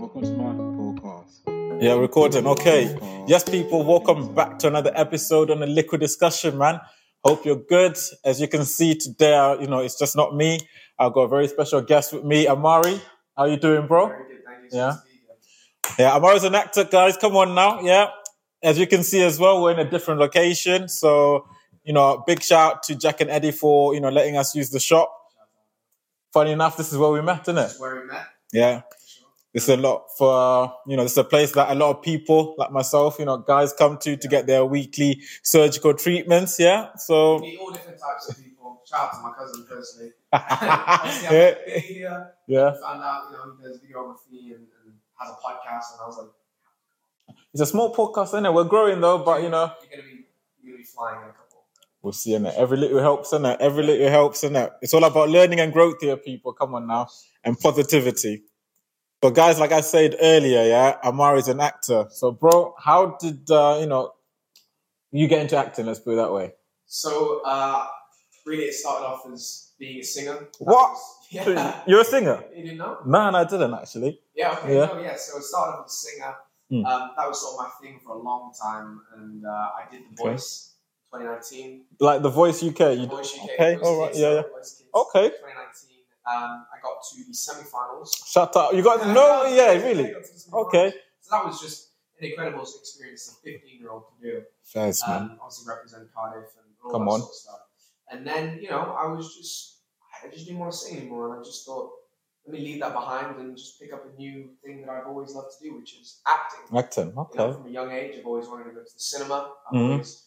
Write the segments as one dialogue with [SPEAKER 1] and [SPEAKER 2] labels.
[SPEAKER 1] Welcome to my podcast.
[SPEAKER 2] Yeah, recording. Okay.
[SPEAKER 1] Podcast.
[SPEAKER 2] Yes, people, welcome back to another episode on the Liquid Discussion, man. Hope you're good. As you can see today, uh, you know, it's just not me. I've got a very special guest with me, Amari. How you doing, bro? Yeah. Yeah, Amari's an actor, guys. Come on now. Yeah. As you can see as well, we're in a different location. So, you know, big shout out to Jack and Eddie for, you know, letting us use the shop. Funny enough, this is where we met, isn't it?
[SPEAKER 3] where we met.
[SPEAKER 2] Yeah. It's a lot for, you know, it's a place that a lot of people like myself, you know, guys come to to get their weekly surgical treatments. Yeah. So,
[SPEAKER 3] Meet all different types of people. Shout out to my cousin personally. Obviously,
[SPEAKER 2] yeah.
[SPEAKER 3] I've been here,
[SPEAKER 2] yeah.
[SPEAKER 3] found out you know he does videography and, and has a podcast, and I was like,
[SPEAKER 2] It's a small podcast, isn't it? We're growing though, but, you know,
[SPEAKER 3] you're gonna be you're gonna be flying in a couple.
[SPEAKER 2] we'll see, innit? Every little helps, innit? Every little helps, innit? It's all about learning and growth here, people. Come on now. And positivity. But guys, like I said earlier, yeah, Amari's an actor. So, bro, how did, uh, you know, you get into acting? Let's put it that way.
[SPEAKER 3] So uh, really, it started off as being a singer. That
[SPEAKER 2] What?
[SPEAKER 3] was- yeah.
[SPEAKER 2] You're a singer?
[SPEAKER 3] you didn't know?
[SPEAKER 2] Man, I didn't actually.
[SPEAKER 3] Yeah. Okay.
[SPEAKER 2] Yeah.
[SPEAKER 3] No, yeah. So it started off as a singer.
[SPEAKER 2] Mm.
[SPEAKER 3] Um, that was sort of my thing for a long time, and uh, I did the
[SPEAKER 2] Okay.
[SPEAKER 3] voice. 2019,
[SPEAKER 2] Like the Voice UK. You,
[SPEAKER 3] Voice UK,
[SPEAKER 2] okay,
[SPEAKER 3] Voice
[SPEAKER 2] all right,
[SPEAKER 3] Kids,
[SPEAKER 2] yeah, yeah.
[SPEAKER 3] Voice Kids,
[SPEAKER 2] Okay.
[SPEAKER 3] 2019, um, I got to the semi-finals.
[SPEAKER 2] shut up. You got no. Yeah, really. Okay.
[SPEAKER 3] So that was just an incredible experience as a 15 year old to do.
[SPEAKER 2] Thanks,
[SPEAKER 3] Um, obviously, represent Cardiff and all
[SPEAKER 2] Come
[SPEAKER 3] that
[SPEAKER 2] on.
[SPEAKER 3] sort of stuff. And then, you know, I was just, I just didn't want to sing anymore. And I just thought, let me leave that behind and just pick up a new thing that I've always loved to do, which is acting.
[SPEAKER 2] Acting.
[SPEAKER 3] You know,
[SPEAKER 2] Uh, Okay.
[SPEAKER 3] from a young age, I've always wanted to go to the cinema. I've
[SPEAKER 2] Mhm.
[SPEAKER 3] always,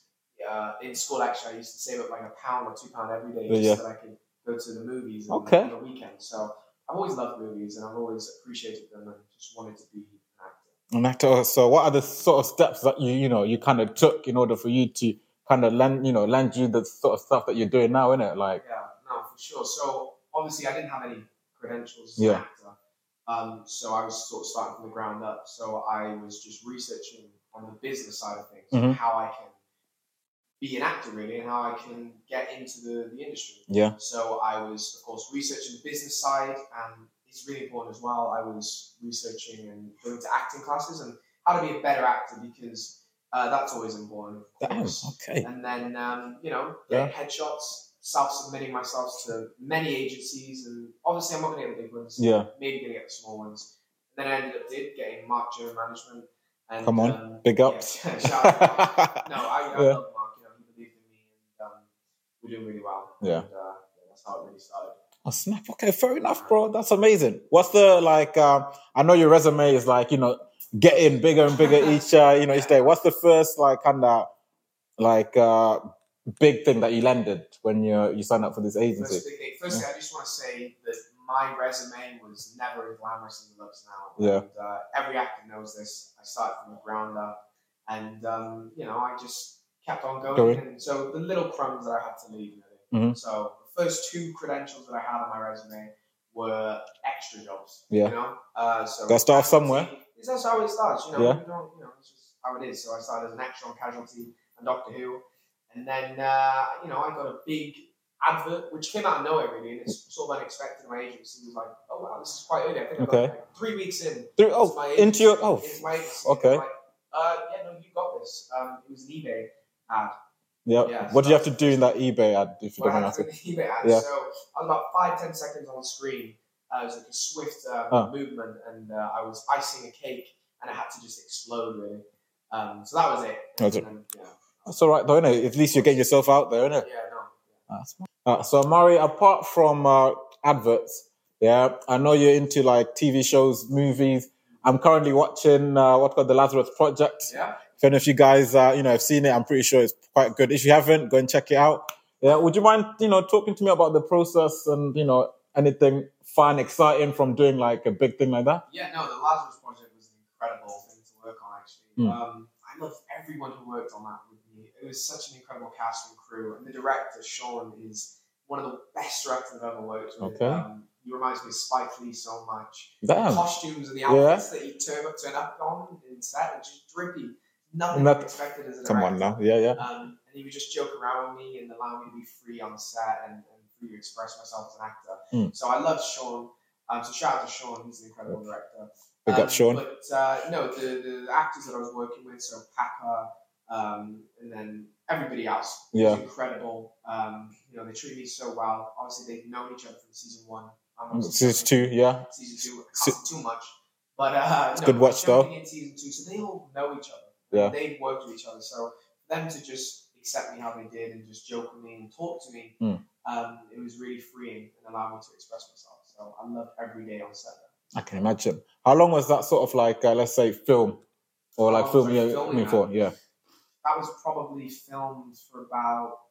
[SPEAKER 3] uh, in school, actually, I used to save up like a pound or two pound every day
[SPEAKER 2] Yeah,
[SPEAKER 3] just
[SPEAKER 2] yeah.
[SPEAKER 3] so that I could go to the movies on,
[SPEAKER 2] Okay.
[SPEAKER 3] on the weekend. So I've always loved movies and I've always appreciated them and just wanted to be an actor.
[SPEAKER 2] And after, so, what are the sort of steps that you you know you kind of took in order for you to kind of land you know land you the sort of stuff that you're doing now, innit? Like,
[SPEAKER 3] Yeah, no, for sure. So obviously, I didn't have any credentials as
[SPEAKER 2] Yeah.
[SPEAKER 3] an actor, um, so I was sort of starting from the ground up. So I was just researching on the business side of things,
[SPEAKER 2] Mhm.
[SPEAKER 3] how I can be an actor really, and how I can get into the, the industry.
[SPEAKER 2] Yeah.
[SPEAKER 3] So I was, of course, researching the business side, and it's really important as well. I was researching and going to acting classes and how to be a better actor because uh, that's always important. Of
[SPEAKER 2] damn,
[SPEAKER 3] course
[SPEAKER 2] okay,
[SPEAKER 3] and then um, you know getting headshots self-submitting myself to many agencies and obviously i'm not going to get the big ones
[SPEAKER 2] yeah,
[SPEAKER 3] maybe going to get the small ones and then i ended up did getting mark Jones management and
[SPEAKER 2] Come on,
[SPEAKER 3] um,
[SPEAKER 2] big
[SPEAKER 3] yeah,
[SPEAKER 2] ups.
[SPEAKER 3] shout out to Mark. no i, I
[SPEAKER 2] Yeah.
[SPEAKER 3] love mark you know he believed in me and um, we're doing really well
[SPEAKER 2] Yeah.
[SPEAKER 3] and, uh, yeah, that's how it really started
[SPEAKER 2] Oh snap! Okay, fair enough, bro. That's amazing. What's the like? Um, I know your resume is like you know getting bigger and bigger each uh, you know each day. What's the first like kind of like uh, big thing that you landed when you you signed up for this
[SPEAKER 3] First
[SPEAKER 2] agency?
[SPEAKER 3] thing, first thing I just want to say that my resume was never as glamorous as it looks now.
[SPEAKER 2] Yeah.
[SPEAKER 3] And, uh, every actor knows this. I started from the ground up, and um, you know, I just kept on going.
[SPEAKER 2] Going.
[SPEAKER 3] And so the little crumbs that I had to leave. Really.
[SPEAKER 2] Mhm.
[SPEAKER 3] So the first two credentials that I had on my resume were extra jobs.
[SPEAKER 2] Yeah.
[SPEAKER 3] You know, uh, so
[SPEAKER 2] Gotta start somewhere.
[SPEAKER 3] It's also how it starts. You know,
[SPEAKER 2] Yeah.
[SPEAKER 3] you, don't, you know, it's just how it is. So I started as an extra on Casualty and Doctor Who. And then, uh, you know, I got a big advert, which came out of nowhere, really, and it's sort of unexpected. My agency was like, oh, wow, this is quite early. I think I got
[SPEAKER 2] Okay.
[SPEAKER 3] like three weeks in.
[SPEAKER 2] Through,
[SPEAKER 3] It's my
[SPEAKER 2] oh, into your oh,
[SPEAKER 3] it's my agency.
[SPEAKER 2] okay.
[SPEAKER 3] I'm like, uh, yeah, no, you got this. Um, it was an eBay ad.
[SPEAKER 2] yeah.
[SPEAKER 3] yeah,
[SPEAKER 2] what do
[SPEAKER 3] so
[SPEAKER 2] you have to do in that eBay ad if you
[SPEAKER 3] Well,
[SPEAKER 2] don't
[SPEAKER 3] I
[SPEAKER 2] mind
[SPEAKER 3] had to
[SPEAKER 2] asking?
[SPEAKER 3] do an eBay ad.
[SPEAKER 2] Yeah.
[SPEAKER 3] So I was about five, ten seconds on screen. Uh, it was like a swift um,
[SPEAKER 2] Oh.
[SPEAKER 3] movement, and uh, I was icing a cake, and it had to just explode, really. Um, so that was it.
[SPEAKER 2] That's it.
[SPEAKER 3] And then, yeah.
[SPEAKER 2] That's all right, though, innit? At least you're getting yourself out there, innit?
[SPEAKER 3] yeah, no.
[SPEAKER 2] That's fine. Uh, so, Murray, apart from uh, adverts, yeah, I know you're into like TV shows, movies. I'm currently watching uh, what's called The Lazarus Project.
[SPEAKER 3] Yeah.
[SPEAKER 2] If any of you guys, uh, you know, have seen it, I'm pretty sure it's quite good. If you haven't, go and check it out. Yeah, would you mind, you know, talking to me about the process and you know anything fun, exciting from doing like a big thing like that?
[SPEAKER 3] Yeah, no, the Lazarus Project was an incredible thing to work on, actually.
[SPEAKER 2] Mm.
[SPEAKER 3] Um, I love everyone who worked on that with me. It was such an incredible cast and crew. And the director, Sean, is one of the best directors I've ever worked with.
[SPEAKER 2] Okay. Oh.
[SPEAKER 3] Um, he reminds me of Spike Lee so much. The
[SPEAKER 2] Damn.
[SPEAKER 3] costumes and the outfits that he turned up, turned up on in set are just drippy. Nothing
[SPEAKER 2] Not-
[SPEAKER 3] expected as a
[SPEAKER 2] Come on
[SPEAKER 3] director.
[SPEAKER 2] now. Yeah, yeah.
[SPEAKER 3] Um, and he would just joke around with me and allow me to be free on set and, and free to express myself as an actor.
[SPEAKER 2] Mm.
[SPEAKER 3] So I love Sean. Um, so shout out to Sean, he's an incredible director.
[SPEAKER 2] Big
[SPEAKER 3] um,
[SPEAKER 2] up, Sean.
[SPEAKER 3] But uh, no, the, the actors that I was working with, so Papa, um, and then everybody else, was
[SPEAKER 2] Yeah.
[SPEAKER 3] incredible. Um, you know, they treat me so well. Obviously, they've known each other from season one. I'm on
[SPEAKER 2] Mm, Season two, yeah.
[SPEAKER 3] Season two, it costs too much, but uh, it's
[SPEAKER 2] good watch, though.
[SPEAKER 3] In season two, so they all know each other.
[SPEAKER 2] Yeah.
[SPEAKER 3] they've worked with each other, so for them to just accept me how they did and just joke with me and talk to me,
[SPEAKER 2] Mm.
[SPEAKER 3] um, it was really freeing and allowed me to express myself. So I loved every day on set.
[SPEAKER 2] I can imagine. How long was that sort of like, uh, let's say, film or like
[SPEAKER 3] Oh,
[SPEAKER 2] film?
[SPEAKER 3] like
[SPEAKER 2] Yeah,
[SPEAKER 3] filming
[SPEAKER 2] I mean,
[SPEAKER 3] that.
[SPEAKER 2] for yeah,
[SPEAKER 3] that was probably filmed for about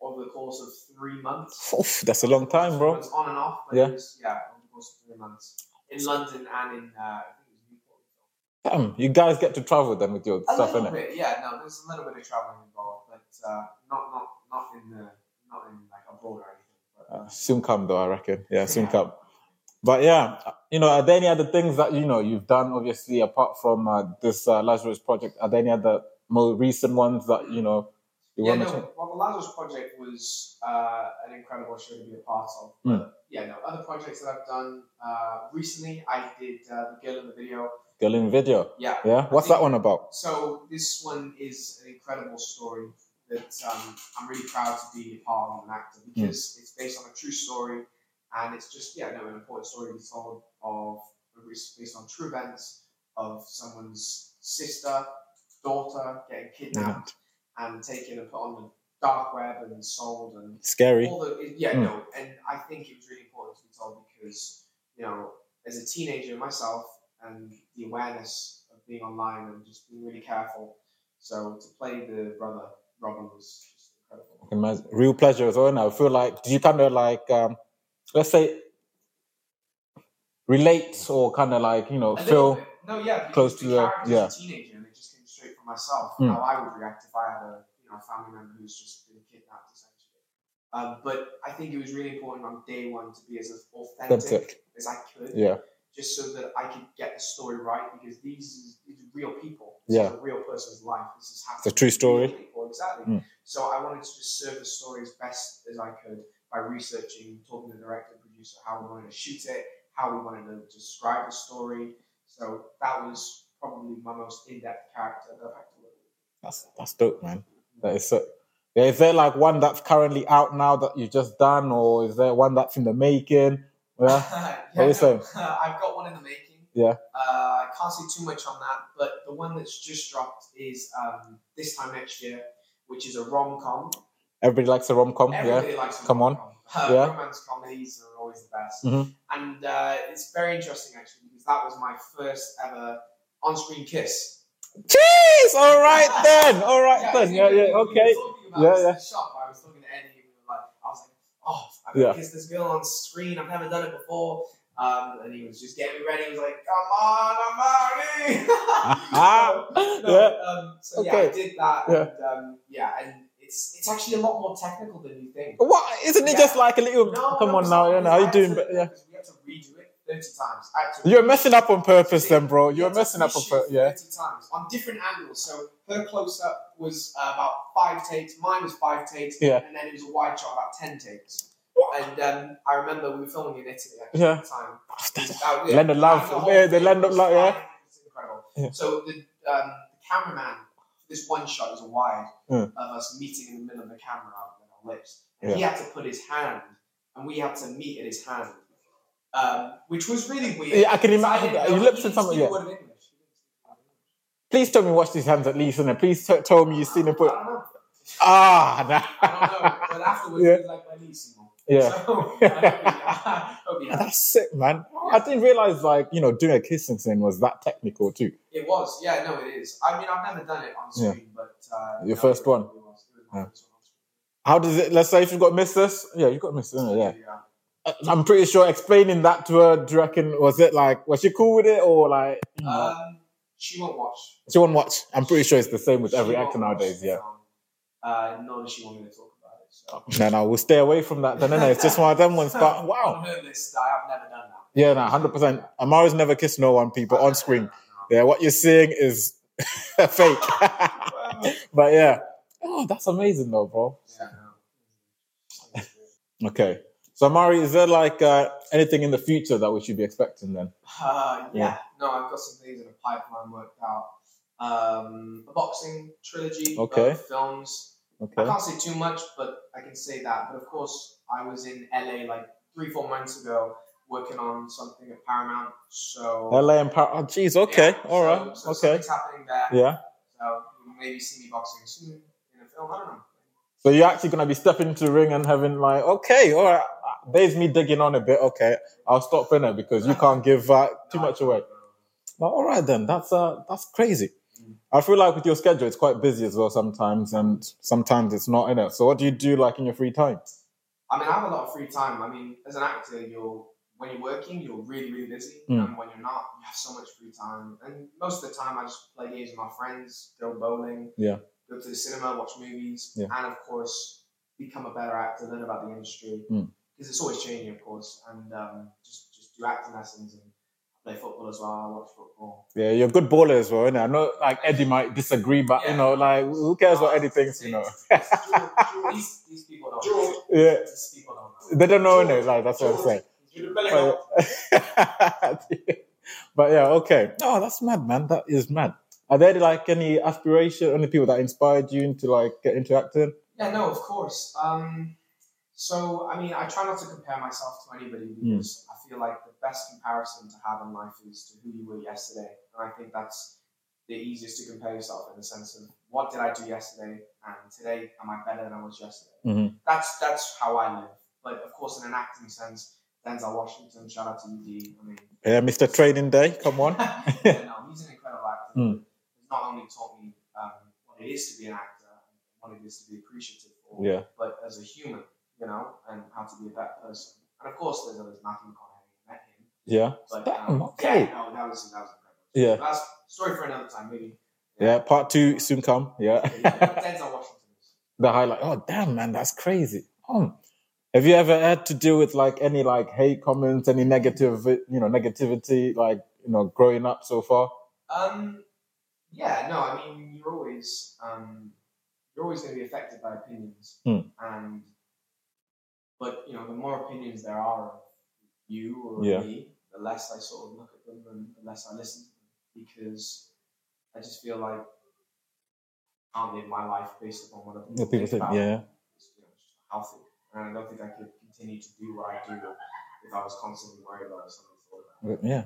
[SPEAKER 3] over the course of three months.
[SPEAKER 2] Oof, that's a long time,
[SPEAKER 3] It
[SPEAKER 2] bro.
[SPEAKER 3] was on and off, but
[SPEAKER 2] Yeah.
[SPEAKER 3] it was, yeah, over the course of three months in London and in uh, I think it was Newport.
[SPEAKER 2] Damn, you guys get to travel then with your
[SPEAKER 3] A
[SPEAKER 2] stuff,
[SPEAKER 3] little
[SPEAKER 2] innit?
[SPEAKER 3] bit, yeah. No, there's a little bit of traveling involved, but uh, not not not in the not in like abroad or anything. But,
[SPEAKER 2] Uh, soon come though, I reckon. Yeah, soon come. But yeah, you know, are there any other things that you know you've done? Obviously, apart from uh, this uh, Lazarus project, are there any other more recent ones that you know you
[SPEAKER 3] yeah,
[SPEAKER 2] want
[SPEAKER 3] no.
[SPEAKER 2] to? check?
[SPEAKER 3] Well, the Lazarus project was uh, an incredible show to be a part of.
[SPEAKER 2] Mm.
[SPEAKER 3] But, yeah, no. Other projects that I've done uh, recently, I did uh, the girl in the video.
[SPEAKER 2] Girl in video.
[SPEAKER 3] Yeah,
[SPEAKER 2] Yeah, what's that one about?
[SPEAKER 3] So this one is an incredible story that um, I'm really proud to be a part of as an actor because it's based on a true story and it's just yeah no an important story to be told of it's based on true events of someone's sister, daughter getting kidnapped and taken and put on the dark web and sold and
[SPEAKER 2] Scary.
[SPEAKER 3] all the yeah
[SPEAKER 2] Mm.
[SPEAKER 3] no and i think it was really important to be told because you know as a teenager myself and the awareness of being online and just being really careful so to play the brother robin was just incredible
[SPEAKER 2] Imagine- Real pleasure as well. Now, I feel like did you kind of like um, let's say relate or kind of like you know
[SPEAKER 3] A little
[SPEAKER 2] feel
[SPEAKER 3] bit. no yeah because
[SPEAKER 2] close to the-
[SPEAKER 3] character's
[SPEAKER 2] yeah.
[SPEAKER 3] a teenager and it just came straight from myself
[SPEAKER 2] Mm.
[SPEAKER 3] how i would react if i had a you know a family member who's just been kidnapped essentially um, but i think it was really important on day one to be as authentic,
[SPEAKER 2] authentic.
[SPEAKER 3] as i could
[SPEAKER 2] Yeah,
[SPEAKER 3] just so that I could get the story right because these is, these are real people. This
[SPEAKER 2] Yeah.
[SPEAKER 3] is a real person's life. This is happening.
[SPEAKER 2] It's a true
[SPEAKER 3] to real
[SPEAKER 2] story.
[SPEAKER 3] People, exactly.
[SPEAKER 2] Mm.
[SPEAKER 3] So I wanted to just serve the story as best as I could by researching, talking to the director, producer, how we wanted to shoot it, how we wanted to describe the story. So that was probably my most in-depth character that I've had to work with.
[SPEAKER 2] that's that's dope, man. That is so. Yeah, is there like one that's currently out now that you've just done, or is there one that's in the making? Yeah,
[SPEAKER 3] yeah,
[SPEAKER 2] What
[SPEAKER 3] no, I've got one in the making.
[SPEAKER 2] Yeah.
[SPEAKER 3] Uh, I can't say too much on that, but the one that's just dropped is um, this time next year, which is a rom com.
[SPEAKER 2] everybody likes a rom com. Yeah,
[SPEAKER 3] Everybody likes a
[SPEAKER 2] Come on.
[SPEAKER 3] rom-com. Uh,
[SPEAKER 2] Yeah.
[SPEAKER 3] Romance comedies are always the best.
[SPEAKER 2] Mhm.
[SPEAKER 3] And uh, it's very interesting, actually, because that was my first ever on screen kiss.
[SPEAKER 2] jeez, all right then, all right then,
[SPEAKER 3] you
[SPEAKER 2] yeah,
[SPEAKER 3] know,
[SPEAKER 2] yeah,
[SPEAKER 3] we were
[SPEAKER 2] okay,
[SPEAKER 3] talking about
[SPEAKER 2] Yeah,
[SPEAKER 3] this in
[SPEAKER 2] yeah.
[SPEAKER 3] the shop. I was talking to Eddie, and we were like, I was like, oh, I've yeah.
[SPEAKER 2] Yeah.
[SPEAKER 3] kissed this girl on screen. I've never done it before. Um, and he was just getting me ready. He was like, come on, Amari. so, no,
[SPEAKER 2] Yeah.
[SPEAKER 3] Um, so yeah, I
[SPEAKER 2] Okay.
[SPEAKER 3] did that.
[SPEAKER 2] Yeah.
[SPEAKER 3] And, um, yeah, and it's it's actually a lot more technical than you think.
[SPEAKER 2] What isn't it just like a little?
[SPEAKER 3] No,
[SPEAKER 2] Oh, come
[SPEAKER 3] no,
[SPEAKER 2] on
[SPEAKER 3] it's
[SPEAKER 2] now,
[SPEAKER 3] not,
[SPEAKER 2] you know, how
[SPEAKER 3] because I
[SPEAKER 2] you
[SPEAKER 3] had
[SPEAKER 2] doing?
[SPEAKER 3] to-
[SPEAKER 2] But yeah,
[SPEAKER 3] because We had to redo it 30 times. I had to
[SPEAKER 2] you're messing up on purpose, then, bro.
[SPEAKER 3] yeah,
[SPEAKER 2] You're
[SPEAKER 3] so
[SPEAKER 2] messing
[SPEAKER 3] we
[SPEAKER 2] up on
[SPEAKER 3] shoot
[SPEAKER 2] purpose. Yeah,
[SPEAKER 3] 30 times on different angles. So her close up was uh, about five takes, mine was five takes,
[SPEAKER 2] Yeah.
[SPEAKER 3] and then it was a wide shot, about 10 takes. And um, I remember we were filming in Italy actually,
[SPEAKER 2] Yeah.
[SPEAKER 3] at the time.
[SPEAKER 2] That's-
[SPEAKER 3] That-
[SPEAKER 2] Land of love.
[SPEAKER 3] whole
[SPEAKER 2] Yeah, the
[SPEAKER 3] thing
[SPEAKER 2] land of
[SPEAKER 3] was
[SPEAKER 2] love, yeah.
[SPEAKER 3] flying. It's incredible.
[SPEAKER 2] Yeah.
[SPEAKER 3] So the, um, the cameraman, this one shot is a wide
[SPEAKER 2] Yeah.
[SPEAKER 3] of us meeting in the middle of the camera with our lips. And he had to put his hand, and we had to meet in his hand, um, which was really weird.
[SPEAKER 2] Yeah, I can
[SPEAKER 3] So
[SPEAKER 2] imagine
[SPEAKER 3] didn't
[SPEAKER 2] that.
[SPEAKER 3] know-
[SPEAKER 2] Your
[SPEAKER 3] he
[SPEAKER 2] lips
[SPEAKER 3] didn't
[SPEAKER 2] and something,
[SPEAKER 3] speak a
[SPEAKER 2] yeah.
[SPEAKER 3] word of English. He didn't speak a word of English.
[SPEAKER 2] Please tell me you washed his hands at least, and please t- tell me you seen him put.
[SPEAKER 3] I don't know.
[SPEAKER 2] Ah,
[SPEAKER 3] I don't
[SPEAKER 2] nah.
[SPEAKER 3] know. But afterwards,
[SPEAKER 2] Yeah.
[SPEAKER 3] he was like my niece and all.
[SPEAKER 2] yeah.
[SPEAKER 3] So, I hope he- I hope he has.
[SPEAKER 2] That's sick, man. I didn't realize, like, you know, doing a kissing thing was that technical, too.
[SPEAKER 3] It was, yeah, no, it is. I mean, I've never done it on
[SPEAKER 2] Yeah.
[SPEAKER 3] screen, but uh,
[SPEAKER 2] Your
[SPEAKER 3] no,
[SPEAKER 2] first
[SPEAKER 3] it
[SPEAKER 2] one.
[SPEAKER 3] really was. It was my
[SPEAKER 2] Yeah.
[SPEAKER 3] first one on screen.
[SPEAKER 2] How does it, let's say if you've got missus, yeah, you've got missus, innit? yeah.
[SPEAKER 3] Yeah.
[SPEAKER 2] I- I'm pretty sure explaining that to her, do you reckon, was it like, was she cool with it or like, you know,
[SPEAKER 3] Um, she won't watch.
[SPEAKER 2] she won't watch? I'm pretty sure it's the same with
[SPEAKER 3] She
[SPEAKER 2] every
[SPEAKER 3] won't
[SPEAKER 2] actor
[SPEAKER 3] watch
[SPEAKER 2] nowadays,
[SPEAKER 3] the
[SPEAKER 2] yeah.
[SPEAKER 3] film. Uh, nor does she want me to talk about it. So.
[SPEAKER 2] No, no, we'll stay away from that then, innit? It's just one of them ones, but wow.
[SPEAKER 3] On her list, I have never done that.
[SPEAKER 2] Yeah, no, 100%. Amara's never kissed no one, people, on screen.
[SPEAKER 3] No.
[SPEAKER 2] Yeah, what you're seeing is fake. but yeah. Oh, that's amazing though, bro.
[SPEAKER 3] Yeah, no.
[SPEAKER 2] Okay. So, Amari, is there like uh, anything in the future that we should be expecting then?
[SPEAKER 3] Uh, yeah.
[SPEAKER 2] Yeah.
[SPEAKER 3] No, I've got some things in the pipeline worked out. Um, a boxing trilogy
[SPEAKER 2] Okay.
[SPEAKER 3] of films. I
[SPEAKER 2] Okay.
[SPEAKER 3] can't say too much, but I can say that. But of course, I was in LA like three, four months ago working on something at Paramount. So
[SPEAKER 2] LA and Par- Oh, jeez. Okay.
[SPEAKER 3] Yeah,
[SPEAKER 2] All
[SPEAKER 3] so-
[SPEAKER 2] right.
[SPEAKER 3] So
[SPEAKER 2] okay.
[SPEAKER 3] something's happening there.
[SPEAKER 2] Yeah.
[SPEAKER 3] So you'll maybe see me boxing soon in a film. I don't know.
[SPEAKER 2] So you're actually gonna be stepping into the ring and having like, okay, all right. uh, There's me digging on a bit. Okay, I'll stop for now because you can't give uh, too
[SPEAKER 3] No,
[SPEAKER 2] much
[SPEAKER 3] I-
[SPEAKER 2] away. Well, all right then. That's uh, that's crazy.
[SPEAKER 3] Mm.
[SPEAKER 2] I feel like with your schedule, it's quite busy as well sometimes, and sometimes it's not in it. So what do you do like in your free time?
[SPEAKER 3] I mean, I have a lot of free time. I mean, as an actor, you're when you're working, you're really, really busy,
[SPEAKER 2] Mm.
[SPEAKER 3] and when you're not, you have so much free time. And most of the time, I just play games with my friends, go bowling,
[SPEAKER 2] Yeah.
[SPEAKER 3] go to the cinema, watch movies,
[SPEAKER 2] Yeah.
[SPEAKER 3] and of course, become a better actor, learn about the industry because
[SPEAKER 2] Mm.
[SPEAKER 3] it's always changing, of course. And um, just just do acting lessons and play football as well. I watch football.
[SPEAKER 2] Yeah, you're a good baller as well, innit? I know like Eddie might disagree, but you
[SPEAKER 3] Yeah.
[SPEAKER 2] know, like who cares what Eddie thinks, you know?
[SPEAKER 3] these, these people don't.
[SPEAKER 1] George.
[SPEAKER 2] Yeah,
[SPEAKER 3] These people don't. know.
[SPEAKER 2] they don't know innit? Like that's what I'm saying.
[SPEAKER 1] You're the better guy.
[SPEAKER 2] but, but yeah, okay. No, that's mad, man. That is mad. Are there like any aspiration, any people that inspired you into like get into acting?
[SPEAKER 3] Yeah, no, of course. Um, so, I mean, I try not to compare myself to anybody
[SPEAKER 2] Hmm.
[SPEAKER 3] because I feel like the best comparison to have in life is to who you were yesterday. And I think that's the easiest to compare yourself in the sense of what did I do yesterday and today am I better than I was yesterday?
[SPEAKER 2] Mhm.
[SPEAKER 3] That's that's how I live. But of course, in an acting sense, Denzel Washington, shout out to UD. I mean,
[SPEAKER 2] Yeah, Mr. Training Day, come on.
[SPEAKER 3] yeah, no, he's an incredible actor.
[SPEAKER 2] Hmm.
[SPEAKER 3] He's not only taught me um, what it is to be an actor, what it is to be appreciative for,
[SPEAKER 2] Yeah,
[SPEAKER 3] but as a human, you know, and how to be a better person. And of course, there's others, Matthew McConaughey, I met him.
[SPEAKER 2] yeah.
[SPEAKER 3] But,
[SPEAKER 2] Damn,
[SPEAKER 3] um,
[SPEAKER 2] okay.
[SPEAKER 3] Yeah, no, that was, that was incredible.
[SPEAKER 2] Yeah.
[SPEAKER 3] But that's story for another time, maybe.
[SPEAKER 2] Yeah, part two soon come. Yeah.
[SPEAKER 3] Denzel Washington.
[SPEAKER 2] the highlight. Oh, damn, man, that's crazy. Oh. Have you ever had to deal with like any like hate comments, any negative, you know, negativity, like, you know, growing up so far?
[SPEAKER 3] Um, yeah, no, I mean, you're always um, you're always going to be affected by opinions,
[SPEAKER 2] Hmm.
[SPEAKER 3] and but you know, the more opinions there are of you or
[SPEAKER 2] Yeah.
[SPEAKER 3] me, the less I sort of look at them and the less I listen to them because I just feel like I can't live my life based upon what other
[SPEAKER 2] Yeah, people
[SPEAKER 3] think
[SPEAKER 2] think,
[SPEAKER 3] about
[SPEAKER 2] yeah.
[SPEAKER 3] It's, you know, it's just healthy, and I don't think I could continue to do what I do if I was constantly worried about what somebody thought about. me.
[SPEAKER 2] But, Yeah.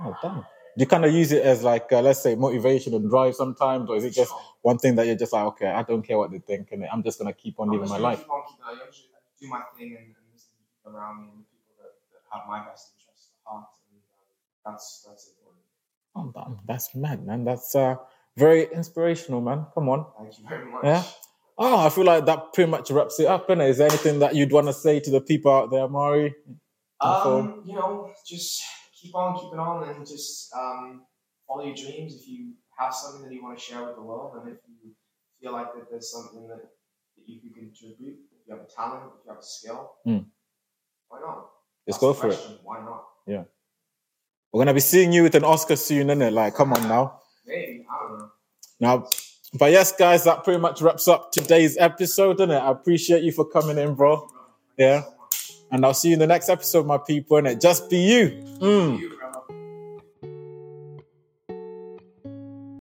[SPEAKER 2] Oh, damn. Do you kind of use it as like, uh, let's say, motivation and drive sometimes, or is it just
[SPEAKER 3] Sure.
[SPEAKER 2] one thing that you're just like, okay, I don't care what they think, and I'm just gonna keep on
[SPEAKER 3] I'm
[SPEAKER 2] living
[SPEAKER 3] just
[SPEAKER 2] my
[SPEAKER 3] gonna
[SPEAKER 2] life?
[SPEAKER 3] Keep on keeping on. I'm just gonna do my thing and, and listen to people around me and the people that, that have my best interests at heart. And um, that's that's important.
[SPEAKER 2] Oh, damn, that's mad, man. That's uh, very inspirational, man. Come on.
[SPEAKER 3] Thank you very much.
[SPEAKER 2] Yeah. Oh, I feel like that pretty much wraps it up. innit? Is there anything that you'd want to say to the people out there, Mari?
[SPEAKER 3] Um, you know, just keep on keeping on and just um, follow your dreams. If you have something that you want to share with the world, and if you feel like that there's something that, that you can contribute, if you have a talent, if you have a skill,
[SPEAKER 2] Mm.
[SPEAKER 3] why not?
[SPEAKER 2] Let's
[SPEAKER 3] That's the
[SPEAKER 2] go for it.
[SPEAKER 3] question, Why not?
[SPEAKER 2] We're gonna be seeing you with an Oscar soon, innit? Like, come on now.
[SPEAKER 3] Maybe I don't know.
[SPEAKER 2] Now, but yes, guys, that pretty much wraps up today's episode, innit? I appreciate you for coming in, bro.
[SPEAKER 3] Thank you
[SPEAKER 2] Yeah.
[SPEAKER 3] so much.
[SPEAKER 2] And I'll see you in the next episode, my people. And it just be you. Mm.
[SPEAKER 3] You,